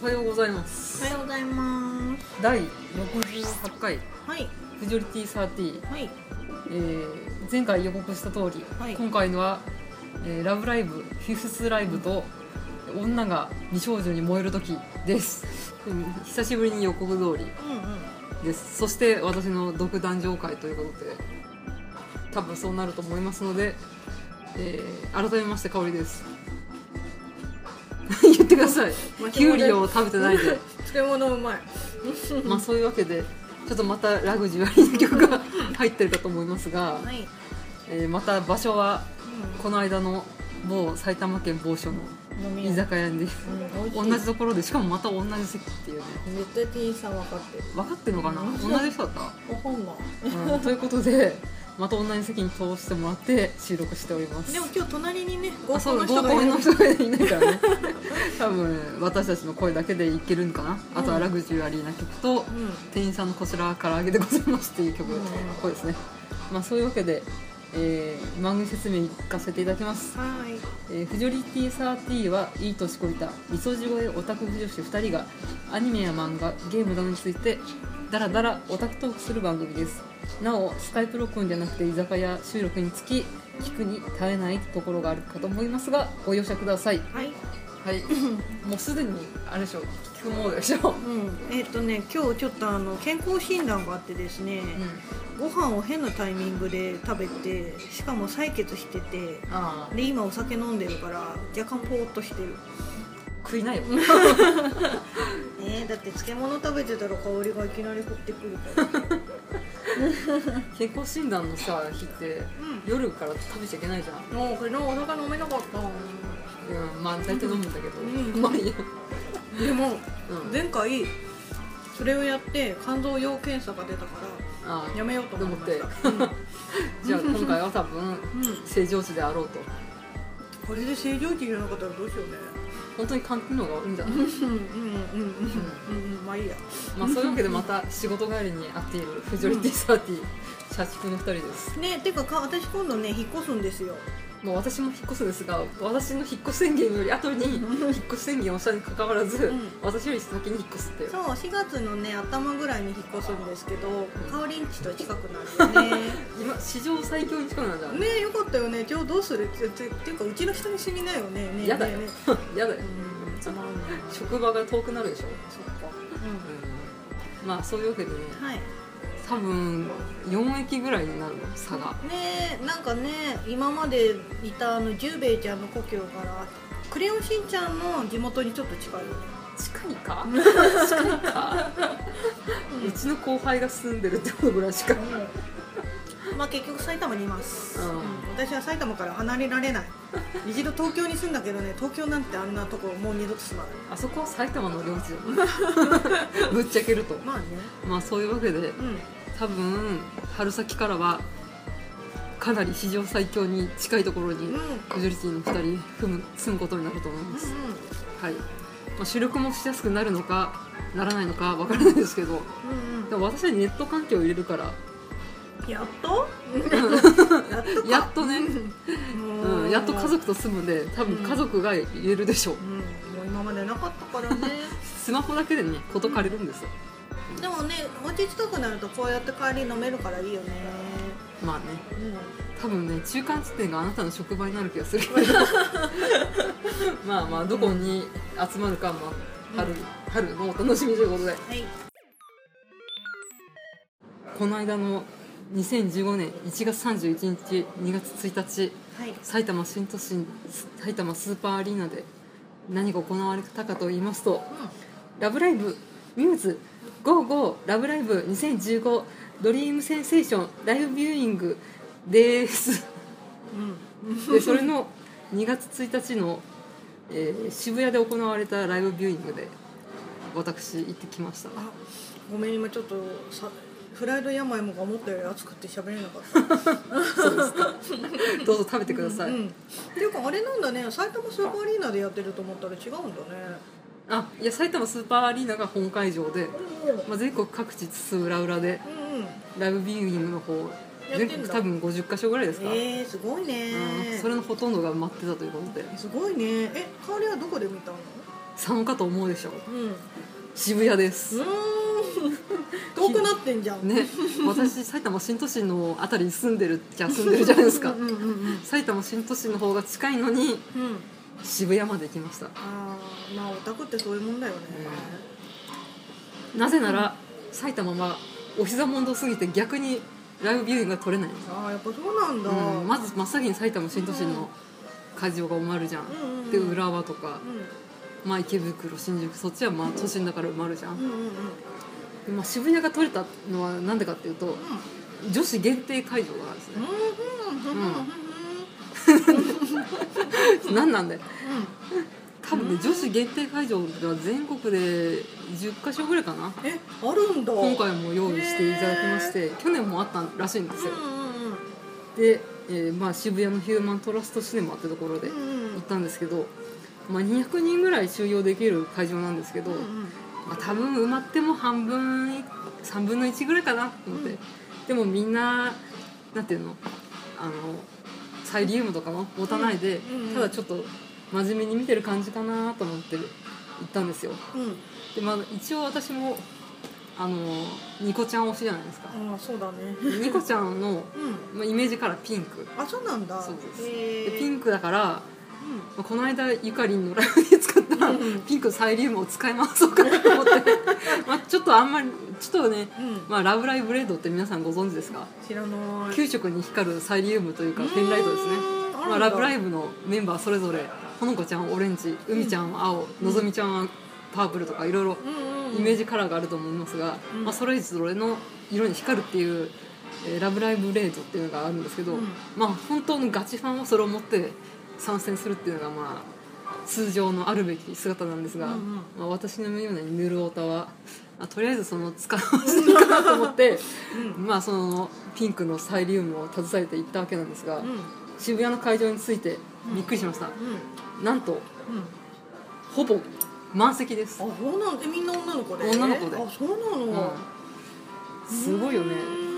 おはようございますおはようございます。第68回はい、フジョリティサーティ、はい、えー、前回予告した通り、はい今回のは、えーラブライブフィフスライブと女が美少女に燃える時です うん久しぶりに予告通うりんうん、ですそして私の独壇場会ということで多分そうなると思いますので、えー改めまして香りです 言ってくださいキュウリを食べてないで 漬物うまい。まあそういうわけでちょっとまたラグジュアリーな曲が 入ってるかと思いますが、はい、うん、えーまた場所はこの間の某埼玉県某所の飲み居屋。酒屋でうん、美同味しじところでしかもまた同じ席っていうねい。絶対店員さん分かってる。分かってんのかなうん同じ人だったわかんない。うんということでまた同じ席に通してもらって収録しておりますでも今日隣にね、合あコそンのう人合がいコるンの。人がいないからね多分私たちの声だけでいけるんかな、あとはラグジュアリーな曲とうん、店員さんのこちらから揚げでございますっていう曲ここですね、まあ、そういうわけで、えー番組説明いかせていただきますはい、えーフジョリティサーティはいい年こいたみそじ越えオタク婦女子2人がアニメや漫画ゲームなどについてダラダラオタクトークする番組ですなおスカイプ録音じゃなくて居酒屋収録につき聞くに耐えないところがあるかと思いますがご容赦くださいはい、はい もうすでにあれでしょ聞くものでしょ、うん、えっ、とね、今日ちょっとあの健康診断があってですね、ご飯を変なタイミングで食べて、しかも採血してて。ああで今お酒飲んでるから若干ポーっとしてる食いないよえー、だって漬物食べてたら香りがいきなり降ってくるから健康診断のさ日って う夜から食べちゃいけないじゃんんもう昨日お腹飲めなかったうんまあ大体飲むんだけど、うんまあいいや、でもうん、前回それをやって肝臓要検査が出たからああやめようと思いました、うんじゃあ今回は多分うん正常値であろうとこれで正常値じゃなかったらどうしようね本当に肝機能が悪いんじゃない、うんうんうんうんうんうんまあいいやまあそういうわけでまた仕事帰りに会っているフジョリティサーティ社畜の2人ですねてかか私今度ね引っ越すんですよもう私も引っ越すですが私の引っ越し宣言より後に引っ越し宣言をしたにかかわらず、うん私より先に引っ越すっていうそう4月のね頭ぐらいに引っ越すんですけどかおりんちと近くなるよね今史上最強に近くなんじゃない、ねよかったよね今日どうするってってっていうかうちの人に死になよねねやだよねねやだようんつまんないなそっか職場が遠くなるでしょ、ううん、まあそういうわけでねんはい多分4駅ぐらいになるの差がねえなんかね今までいたあの十兵衛ちゃんの故郷から「クレヨンしんちゃん」の地元にちょっと近いよね近いか近いかうちの後輩が住んでるってことぐらいしかまあ結局埼玉にいます、うん私は埼玉から離れられない一度東京に住んだけどね東京なんてあんなとこもう二度と住まないあそこは埼玉の領 地だねぶっちゃけるとまあねまあそういうわけでうん多分春先からはかなり史上最強に近いところにうんうんフジョリティの2人踏む住むことになると思います、はい、まあ、主力もしやすくなるのかならないのかわからないですけどうんでも私はネット環境を入れるからうんやっとやっとかやっとね、もうん、やっと家族と住むんで多分家族が入れるでしょううんもう今までなかったから ねスマホだけでね事借りるんですよ、でもね落ち着くなるとこうやって帰り飲めるからいいよねまあねうん多分ね中間地点があなたの職場になる気がする まあまあどこに集まるかも春,、うん春のお楽しみということではいこの間の2015年1月31日2月1日はい埼玉新都心埼玉スーパーアリーナで何が行われたかと言いますと「ラブライブ!」「ミューズ!」「ゴーゴーラブライブ2015」「ドリームセンセーション」「ライブビューイング」ですうんでそれの2月1日の、えー渋谷で行われたライブビューイングで私行ってきましたあごめん今ちょっとさフライド病もが思ったより熱くて喋れなかったそうですかどうぞ食べてください、うん、っていうかあれなんだね埼玉スーパーアリーナでやってると思ったら違うんだねあいや埼玉スーパーアリーナが本会場で、まあ、全国各地津々浦々でうんうんライブビューイングの方やってんだ全国多分50か所ぐらいですか、えー、すごいねうん、それのほとんどが埋まってたということですごいねえ香りはどこで見たの3かと思うでしょううんう渋谷です、 ーん遠くなってんじゃん ね、私埼玉新都心のあたりに住んでるじゃ住んでるじゃないですかうんうんうんうん埼玉新都心の方が近いのにうん渋谷まで行きましたあーまあオタクってそういうもんだよね、なぜなら埼玉はお膝元すぎて逆にライブビューイングが取れない、ああやっぱそうなんだ、うん、まず真っ先に埼玉新都心の会場が埋まるじゃん、うんうんうんで浦和とかう、んまあ、池袋新宿そっちはまあ都心だから埋まるじゃうん、んうんうんうんでまあ、渋谷が取れたのはなんでかっていうと女子限定会場なんですねうんうんうんうん何なんだよ多分ね女子限定会場が全国で10か所ぐらいかなえあるんだ今回も用意していただきまして去年もあったらしいんですうよんうんうんで、えーまあ、渋谷のヒューマントラストシネマってところでう行んうんったんですけど、まあ、200人ぐらい収容できる会場なんですけど、うんまあ、多分埋まっても半分い3分の1ぐらいかなと思って、うんでもみんななんていうのあのサイリウムとかも持たないで、うんうんただちょっと真面目に見てる感じかなと思って行ったんですようんうんで、まあ、一応私もあのニコちゃん推しじゃないで すか、ああそうだねニコちゃんの、うんまあ、イメージからピンクあそうなんだそうですへでーピンクだから、まうんあこの間ゆかりんのライブで使ったうんピンクのサイリウムを使い回そうかなと思って まあちょっとあんまりちょっとね「うんまあ、ラブライブレード」って皆さんご存知ですか知らない給食に光るサイリウムというかペンライトですねうーんまあ、ラブライブブのメンバーそれぞれほのこちゃんはオレンジうみちゃんは青、のぞみちゃんはパープルとかいろいろイメージカラーがあると思いますが、うんまあ、それぞれの色に光るっていう「えーラブライブレード」っていうのがあるんですけど、うんまあ本当のガチファンはそれを持って参戦するっていうのがまあ通常のあるべき姿なんですが、うんうんまあ、私のようなぬるおたは、まあ、とりあえずその使わせるかなと思 って、まあそのピンクのサイリウムを携えて行ったわけなんですが、うんうん渋谷の会場についてびっくりしました、うんなんとうんほぼ満席ですあ、そうなんだ。えみんな女の子で。女の子であ、そうなの。すごいよね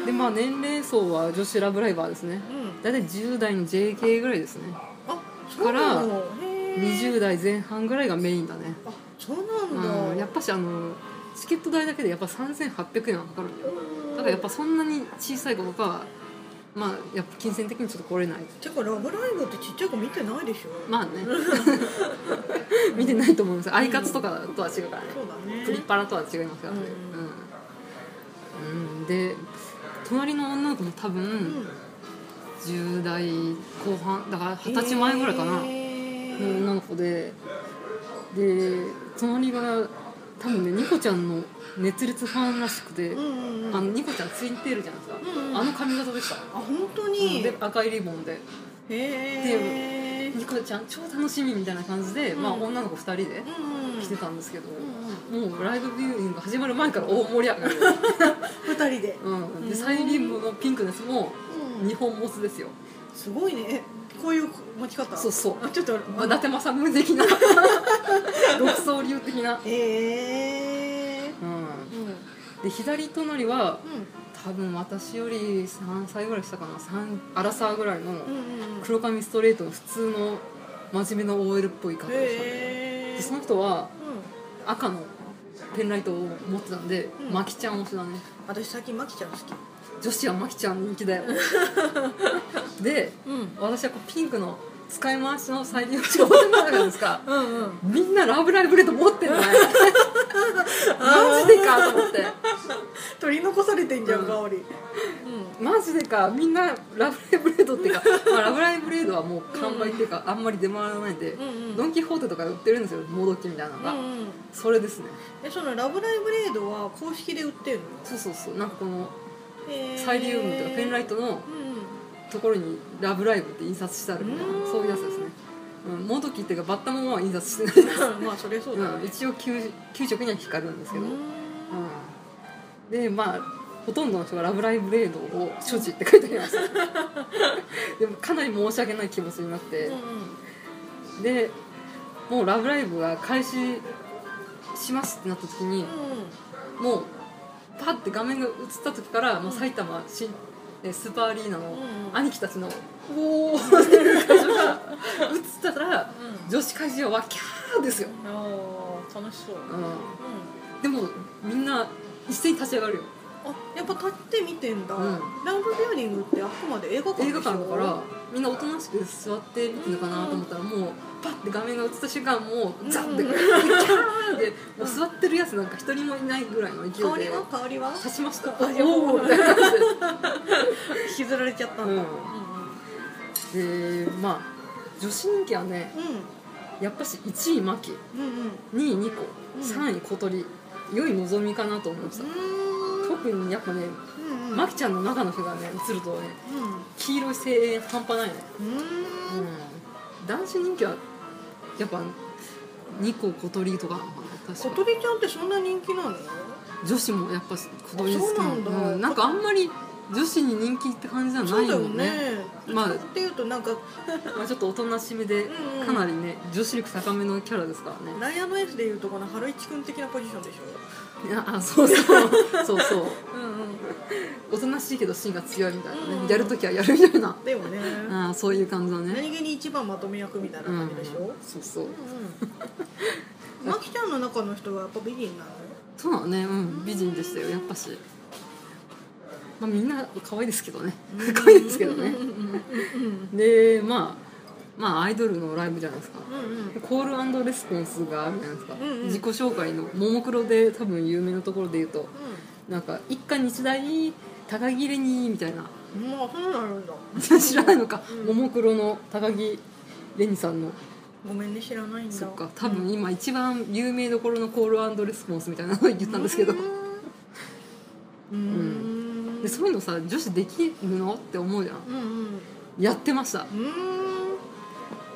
でまあ年齢層は女子ラブライバーですねうん。大体10代の JK ぐらいですねあ、そうなの。へー20代前半ぐらいがメインだねあ、そうなうんんだ。やっぱしあのチケット代だけでやっぱ3800円はかかるんだようんだからやっぱ。そんなに小さい子とかはまあやっぱ金銭的にちょっと来れないてかラブライブってちっちゃい子見てないでしょ。まあね 見てないと思いますアイカツとかとは違うからねそうだね。プリパラとは違いますからねうん、うんで隣の女の子も多分、うん。 10代後半だから二十歳前ぐらいかな、へのー女の子でで隣が多分ねニコちゃんの熱烈ファンらしくて、うんうんうん。あのニコちゃんツインテールじゃないですか、うんうんあの髪型でした、あ、本当に。で赤いリボンでへーニコちゃん超楽しみみたいな感じで、うんまあ、女の子2人でうんうん。来てたんですけど、うんうん。もうライブビューイング始まる前から大盛り上がり、二人で。うん、でサイリウムのピンクのやつもうん2本持つですよ、すごいね。えこういう持ち方。そうそうあちょっと。まあ、伊達政宗的な 独走流的な、へえ。うん、うん。で左隣はうん。多分私より3歳ぐらいしたかな3アラサーぐらいのうんうんうん黒髪ストレートの普通の真面目な OL っぽい方でしたねへでそーの人はうん赤のペンライトを持ってたんで、うんマキちゃん推しだね私最近マキちゃん好き女子はマキちゃん人気だよでうん私はこうピンクの使い回しの最流行持ってたじゃないですかうんうんみんな「ラブライブ!」レード持ってんのねマジでかと思って取り残されてんじゃん、うん香りマジでかみんな「ラブライブレード」っていうか「まあ、ラブライブレード」はもう完売っていうか、あんまり出回らないんで、うんうんドン・キホーテとか売ってるんですよもどきみたいなのが、うんうんそれですねえその「ラブライブレード」は公式で売ってるのそうそうそうなんかこのへーサイリウムというかペンライトのところに「ラブライブ」って印刷してあるみたいなうんそういうやつですね、うん、もどきっていうかバッタモンは印刷してないです、うんまあそれそうだうん、ね一応給給食には光るんですけど、うんうんでまあほとんどの人が「ラブライブレード」を所持って書いてあり ましたでもかなり申し訳ない気持ちになって、うんうんでもう「ラブライブ!」が開始しますってなった時にうもうパッて画面が映った時から、まあ、うん埼玉新えースーパーアリーナのんうん兄貴たちの「おお!」っていう感じが映ったら女子会場はキャーですよ、うんあー楽しそう、うん、うん、でもみんな一斉に立ち上がるよあやっぱ立って見てんだ、うんラウンドビューリングってあくまで映画館で映しょ画館だからみんなおとなしく座って見てるのかなと思ったらもうパッて画面が映った瞬間もうザッてうキんャーってもう座ってるやつなんか一人もいないぐらいの勢いで香りは香りは刺しましたあおおみたいな感じで引きずられちゃったんだ、うでまあ女子人気はねんうんやっぱし1位牧うんうんうん2位ニコうん3位小鳥良い望みかなと思ってた特にやっぱねうんうん牧ちゃんの中の人がね映るとね黄色い声援半端ないね、うんうんうん、男子人気はやっぱニコ小鳥とかなのかな小確か鳥ちゃんってそんな人気なの女子もやっぱ小鳥好きなあそうなんだのうんなんかあんまり女子に人気って感じじゃそなういだのよねまあっていうとなんかまあ、ちょっとおとなしめでうんうんかなりね女子力高めのキャラですからねライアンのエースでいうとこのハロイチ君的なポジションでしょいやあそうそう そうそううんうんおとなしいけど芯が強いみたいなね、うんやるときはやるみたいなだよねあーそういう感じだね何気に一番まとめ役みたいなうん感じでしょ、そうそううんうん、マキちゃんの中の人はやっぱ美人なのそうなのねうん美人でしたよやっぱしまあみんな可愛いですけどね可愛いですけどねうんうん でまあまあアイドルのライブじゃないですかうんうんコールレスポンスがあるじゃないですか、うんうん自己紹介のももクロで多分有名なところで言うとなんか「一家日大高木レニー」みたいな うんまあそうなるんだ知らないのかうんももクロの高木レニさんのごめんね知らないんだそっか多う分ん今一番有名どころのコールレスポンスみたいなのを言ったんですけどうんうんでそういうのさ女子できるのって思うじゃんうんうんやってましたうん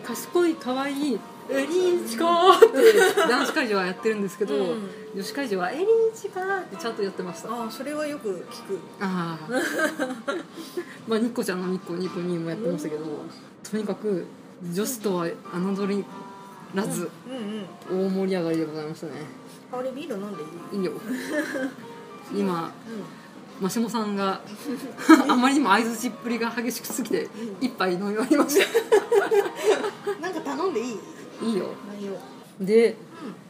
賢い可愛いエリーチカーって男子会場はやってるんですけど、うん女子会場はエリーチカーってちゃんとやってましたああそれはよく聞くああ まあニッコちゃんのニッコニコにもやってましたけどとにかく女子とは侮りらずうんうん大盛り上がりでございましたねあれビール飲んでいいいいよ今うマシモさんが あまりにも合図っぷりが激しくすぎて一杯飲み終わりましんなんか頼んでいいたいいよ内容で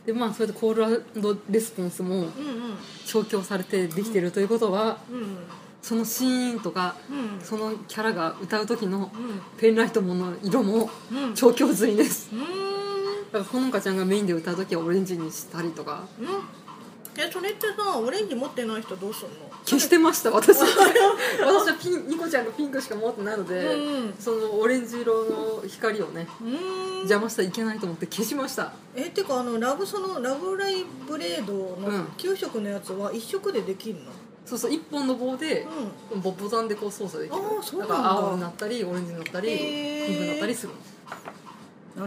でまあそうやってコールレスポンスもうんうん調教されてできてるということはうんそのシーンとかうんそのキャラが歌う時のうんペンライトもの色もうん調教済みですうんだからほのかちゃんがメインで歌う時はオレンジにしたりとかうんえそれってさオレンジ持ってない人どうすんの消してまし た私私はピンニコちゃんのピンクしか持ってないので、うんそのオレンジ色の光をねうん邪魔したらいけないと思って消しましたえってかあのラブそのラブライブレードうのん給食のやつは一色でできるのそうそう一本の棒でう、んボボタンでこう操作できるあーそうなんだから青になったりオレンジになったりへーピンクになったりするの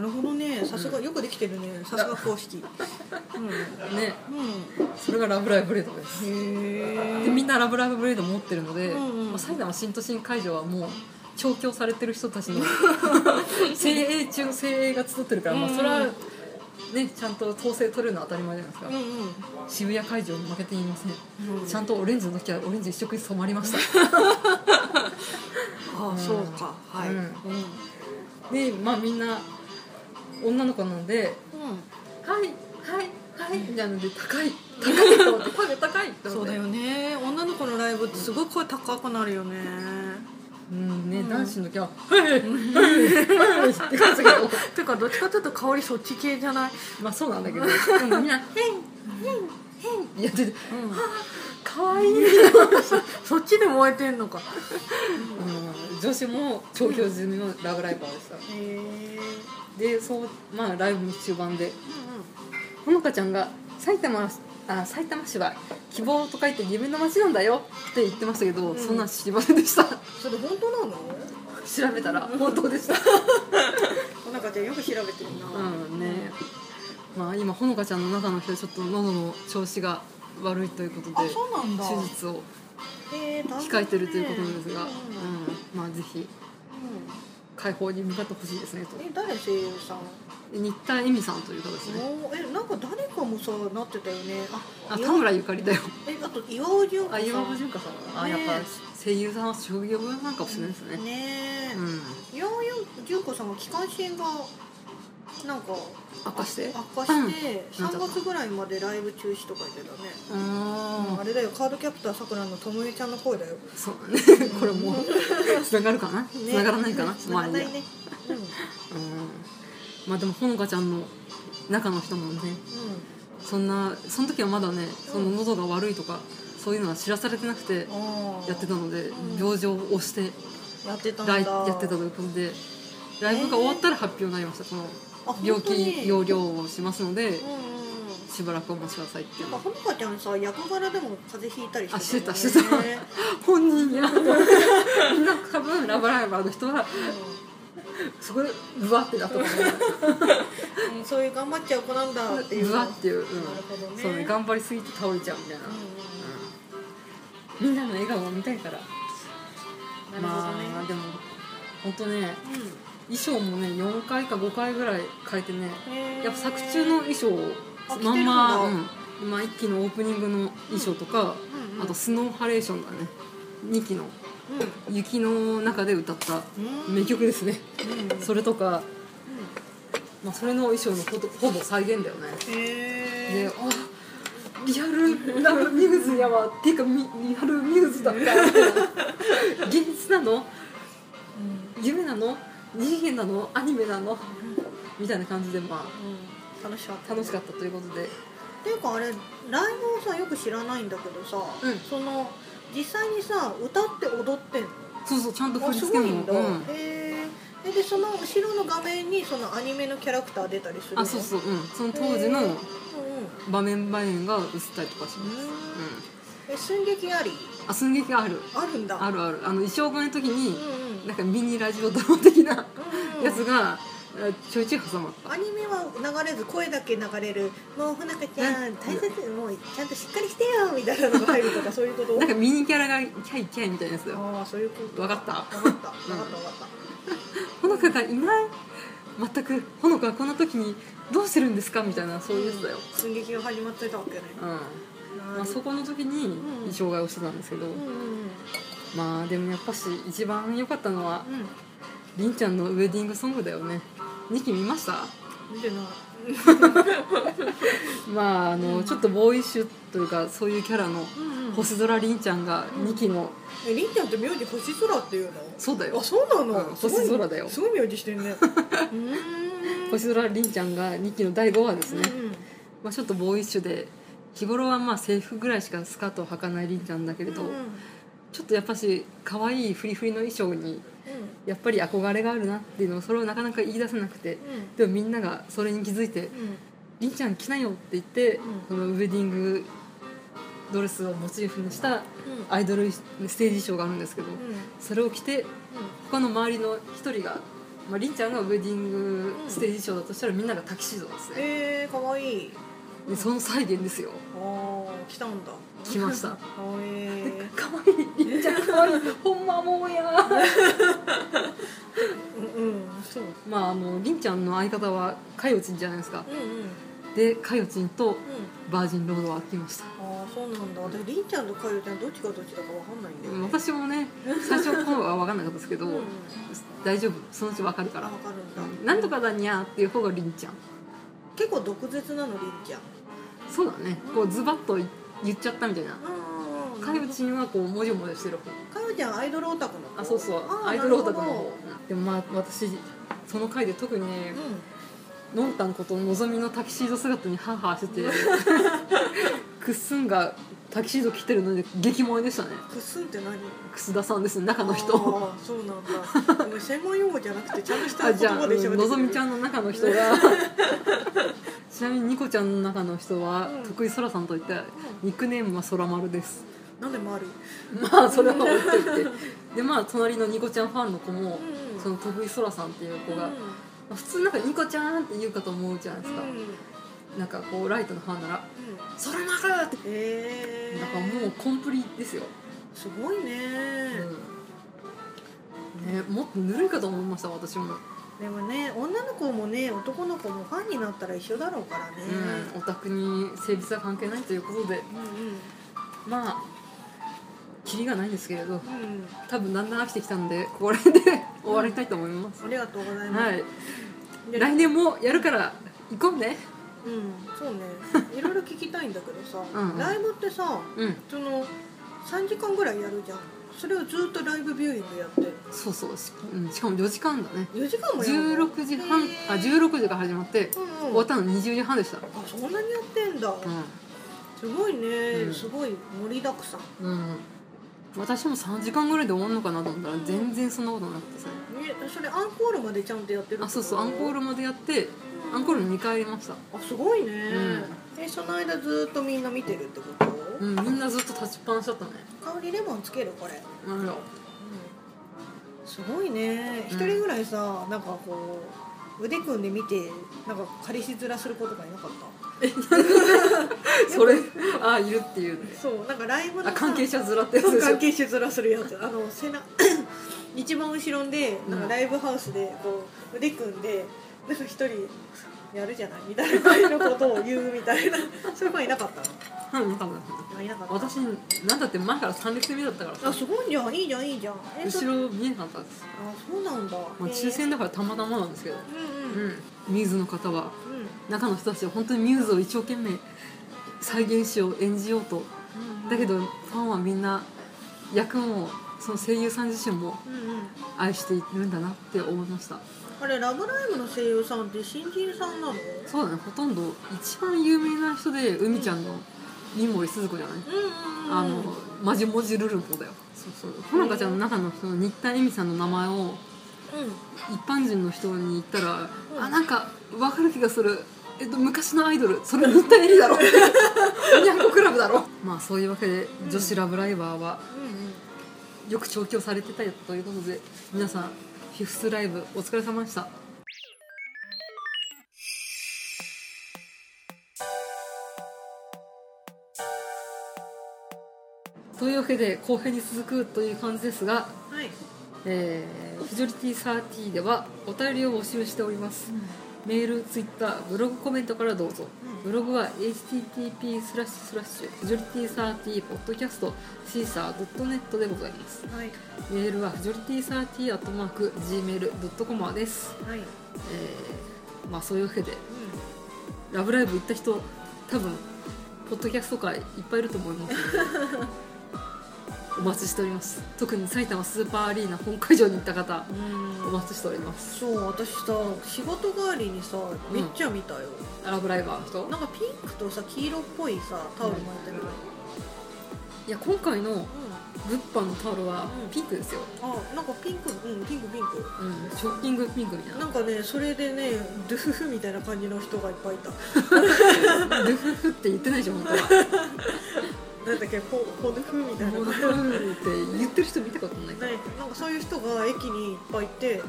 なるほどねさすがよくできてるねさすが公式うんねうんそれが「ラブライブレード」ですへでえみんな「ラブライブレード」持ってるので、うんうんまあ、埼玉新都心会場はもう調教されてる人たちの精鋭中の精鋭が集ってるから、まあ、うんそれはねちゃんと統制取れるのは当たり前じゃないですか、うんうん渋谷会場に負けていません、うんちゃんとオレンジの時はオレンジ一色に染まりましたああそうかはいうんうんでまあみんな女の子なので「はいはいはい」みたいなので「高い高い」と思って「声が高い」とそ思うっだてよね女の子のライブってすごい声高くなるよねうんね、うん男子の時は「はいはいはい」って感じだけど てかどっちかというと香りそっち系じゃないまあそうなんだけどでもみんな「へんへんへん」やってて「かわいい」 そっちで燃えてんのかうん女子も調教済みのラブライバーでしたへえでそうまあライブの中盤でほのかちゃんが埼玉あ埼玉市は希望と書いて夢の街なんだよって言ってましたけど、んそんなん知りませんでした調それ本当なのべたら本当でしたほなかちゃんよく調べてるなうんねまあ今ほのかちゃんの中の人はちょっと喉の調子が悪いということあでそうなんだ手術をえー大変だ控ねえてるということなんですが、ううんんまあぜひ解放に向かってほしいですねとうんえ誰声優さん新田恵美さんという方ですねおーえなんか誰かもさなってたよねああい田村ゆかりだよえあと岩尾純子さあん岩本純香さんあやっぱね声優さんは職業病なんかもしれないですねねえ、うん岩尾純子さんが気管支炎がなんか悪化して悪化してうん3月ぐらいまでライブ中止とか言ってたね、うーあんれだよカードキャプターさくらのともえちゃんの声だよそうだね これもうつながるかなつながらな いかなつまなあがいらないいやね、うんまあでもほのかちゃんの中の人もねそんなその時はまだねその喉が悪いとかそういうのは知らされてなくてうんうんあーやってたのでうん病状を押してやってたんだライやってたということでライブが終わったら発表になりましたこのあ病本当に気うんう療ん療をしますのでしばらくお待ちくださいっていなうんかほのかちゃんさ役柄でも風邪ひいたりしてよあしてたしてたね本人や みんな多分ラブライバーの人はそこでブワってだと思ううんうんそういう頑張っちゃう子なんだっていうブワっていう、うんなるほどねそうね頑張りすぎて倒れちゃうみたいな、うんみんなの笑顔を見たいからうんうんなるほどね、まあでも本当ねうん衣装もね4回か5回ぐらい変えてねやっぱ作中のうん衣装をあまんま、着てるうんんまあ、1期のオープニングの衣装とか、うん、あとスノーハレーションだね2期の雪の中で歌ったうん、名曲ですねうんそれとか、まあ、それの衣装のほとほぼ再現だよねへでえあリアルラブミューズやわっていうかみリアルミューズだったみたいな現実なの夢なの二次元なのアニメなのみたいな感じでまあうん楽しかった楽しかったということでっていうかあれライブをさよく知らないんだけどさ、うんその実際にさ歌って踊ってんのそうそうちゃんと振ありす付けごもいんだ、うんへえでその後ろの画面にそのアニメのキャラクター出たりするのあそうそううんその当時のへー場面場面が映ったりとかしうんます、うん、うんえ寸劇ありあ寸劇があるあるんだあるあるあの衣装替えの時うんうんにうんなんかミニラジオドラマ的なうん やつがえちょいちょい挟まったアニメは流れず声だけ流れるもうほなかちゃん大切もうちゃんとしっかりしてよみたいなのが入るとかそういうことなんかミニキャラがキャイキャイみたいなやつだよああそういうことわかったわかったわかったわかったほのかがいない全くほのかはこの時にどうしてるんですかみたいなそういうやつだよ、寸劇が始まってたわけねうんまあ、そこの時にうん衣装替えをしてたんですけど、うんうんうんまあでもやっぱし一番良かったのはうんりんちゃんのウェディングソングだよね2期見ました見てないまああの、うんちょっとボーイッシュというかそういうキャラのうんうん星空りんちゃんが2期の、えりんちゃんって名字星空っていうのそうだよあそうなうんのすごい星空だよすごい名字してんねうーん星空りんちゃんが2期の第5話ですね、うんうんまあ、ちょっとボーイッシュで日頃はまあ制服ぐらいしかスカートを履かないりんちゃんだけれど、うんうんちょっとやっぱし可愛いフリフリの衣装にやっぱり憧れがあるなっていうのをそれをなかなか言い出せなくてうんでもみんながそれに気づいてうん「りんちゃん着なよ」って言って、うんそのウェディングドレスをモチーフにしたうんアイドルステージ衣装があるんですけどうんうんそれを着て他の周りの一人が、まあ、りんちゃんがウェディングステージ衣装だとしたらみんながタキシードですねえー、かわいいでその再現ですよああ来たんだ来ましたかわいいでかわいいりんちゃんかわいいほんまもんやうんうんそうまああのりんちゃんの相方はかよちんじゃないですかうんうんうんでかよちんとバージンロードは来ましたああそうなんだでりんちゃんとかゆちゃんどっちがどっちだかわかんないんだよね私もね最初こうは分かんなかったですけど、うん大丈夫そのうち分かるかあらわかるんだうんなんとかだにゃーっていう方がりんちゃん結構毒舌なのりんちゃんそうだねこうズバッと言っちゃったみたいなうんかよちんはこうもじょもじょしてる方かゆちゃんアイドルオタクの子あそうそうあーアイドルオタクなのるほ方でもまあ私その回で特にねどうんのんたんことのぞみのタキシード姿にハーハ ーしててくっすんがタキシード着てるので激萌えでしたねくすんって何楠田さんですね中の人あーそうなんだでも専門用語じゃなくてちゃんとしたあじ言ゃあ、葉うでしゃべんってのぞみちゃんんの中の人 がちなみにニコちゃんの中の人は、うん徳井そらさんといってニックネームはそらまるですなんで丸まあそれは置いといて でまあ隣のニコちゃんファンの子うも、んその徳井そらさんっていう子が、うんまあ普通なんかニコちゃんって言うかと思うじゃないですか、うんうんなんかこうライトのファンなら「そらまる!」ってえーだからもうコンプリですよ、すごいね、ね、もっとぬるいかと思いました私もでもね女の子もね男の子もファンになったら一緒だろうからね、うん、オタクに性別は関係ないということでうまあキリがないんですけれどんうんうんうん多分だんだん飽きてきたんでこれで終わりたいと思います、ありがとうございます、はいで来年もやるから行こうねうんそうねいろいろ聞きたいんだけどさうんうんライブってさうんその3時間ぐらいやるじゃんそれをずっとライブビューイングやってそうそうし,、うん、しかも4時間だね4時間もやるの16時半へーあ16時から始まってうん終うんわったの20時半でしたあそんなにやってんだ、すごいね、うんすごい盛りだくさんねうん、うん、私も3時間ぐらいで終わるのかなと思ったら全然そんなことなくてさそれアンコールまでちゃんとやってるってことあそうそうアンコールまでやってアンコール2回やりましたあすごいね、うえその間ずっとみんな見てるってこと、うんみんなずっと立ちっぱなしだったね香りレモンつけるこれ、なんだ すごいね一人ぐらいさ、なんかこう腕組んで見てなんか彼氏面する子とかいなかっそれ あいるっていうねたそうなんかライブのあさ関係者面ってやつそうでし関ょ係者面するやつあの背中一番後ろでなんかライブハウスでこう腕組んでなんか一人やるじゃないみたいな感じのことを言うみたいな そういう子いなかったのうんなんかなんかあいなかった私なんだって前から3列目だったからあさすごいじゃんいいじゃんいいじゃんえそ後ろ見えなかったですあそうなんだ、まあへえ抽選だからたまたまなんですけどうんうんうんミューズの方はうん中の人たちは本当にミューズを一生懸命再現しよう演じようとうんうんだけどファンはみんな役もその声優さん自身もうんうん愛しているんだなって思いましたあれ「ラブライブ!」の声優さんって新人さんなのそうだねほとんど一番有名な人で海ちゃんの三森すず子じゃない、うんうんうんあのマジモジルルン子だよそうそうほのかちゃんの中の人の新田恵美さんの名前をう一般人の人に言ったら、うんあなんか分かる気がする、えっと、昔のアイドルそれ新田恵美 だろニャンコクラブだろまあそういうわけで女子ラブライバーはんうんうんよく調教されてたよということで皆さんフィフスライブお疲れ様でしたというわけで後編に続くという感じですが、はい、えー、フジョリティサーティではお便りを募集しております、メール、ツイッター、ブログコメントからどうぞ。うブログは http スラッシュスラッシュ、フジョリティサーティポッドキャスト、シーサー .net でございます。はいメールはフジョリティサーティアットマーク gmail.com です。はい、うん、えー、まあそういうわけで、ラブライブ行った人、多分、ポッドキャスト界いっぱいいると思い ます。お待ちしております。特に埼玉スーパーアリーナ本会場に行った方、おうん、待ちしております。そう私さ仕事帰りにさめっちゃ見たよ、ラブライバーの人。なんかピンクとさ黄色っぽいさタオル巻いてるの、いや、今回のうん、物販のタオルはピンクですよ、あなんかピンクうんピンクピンクうん、ショッキングピンクみた いななんかねそれでねドゥフフみたいな感じの人がいっぱいいたドゥフフって言ってないじゃん本当 はなんだっけポポドゥフみたいなド感ゥじフフって言ってる人見たことないから、ね、なんかそういう人が駅にいっぱいいて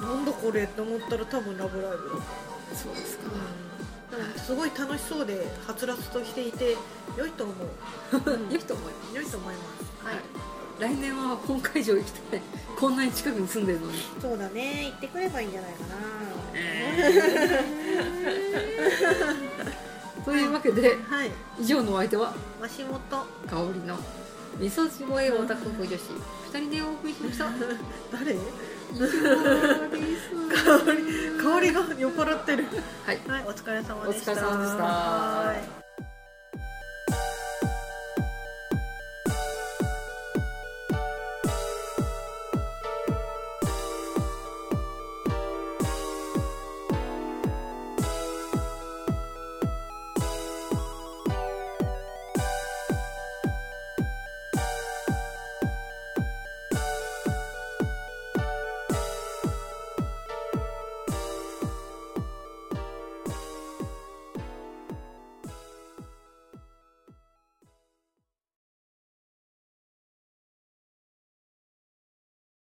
なんだこれって思ったら多分「ラブライブ」だっそうですかた、うん、でもすごい楽しそうではつらつとしていて良いと思う、うん 良いと思いま良いと思いますす、はい、来年は本会場行きたいこんなに近くに住んでるのにそうだね行ってくればいいんじゃないかなというわけではい以上のお相手は足元香りの味噌汁へオタク婦女子二人でお送りしました誰香香りが酔っ払ってるはいはいお疲れ様でしたお疲れ様でしたはい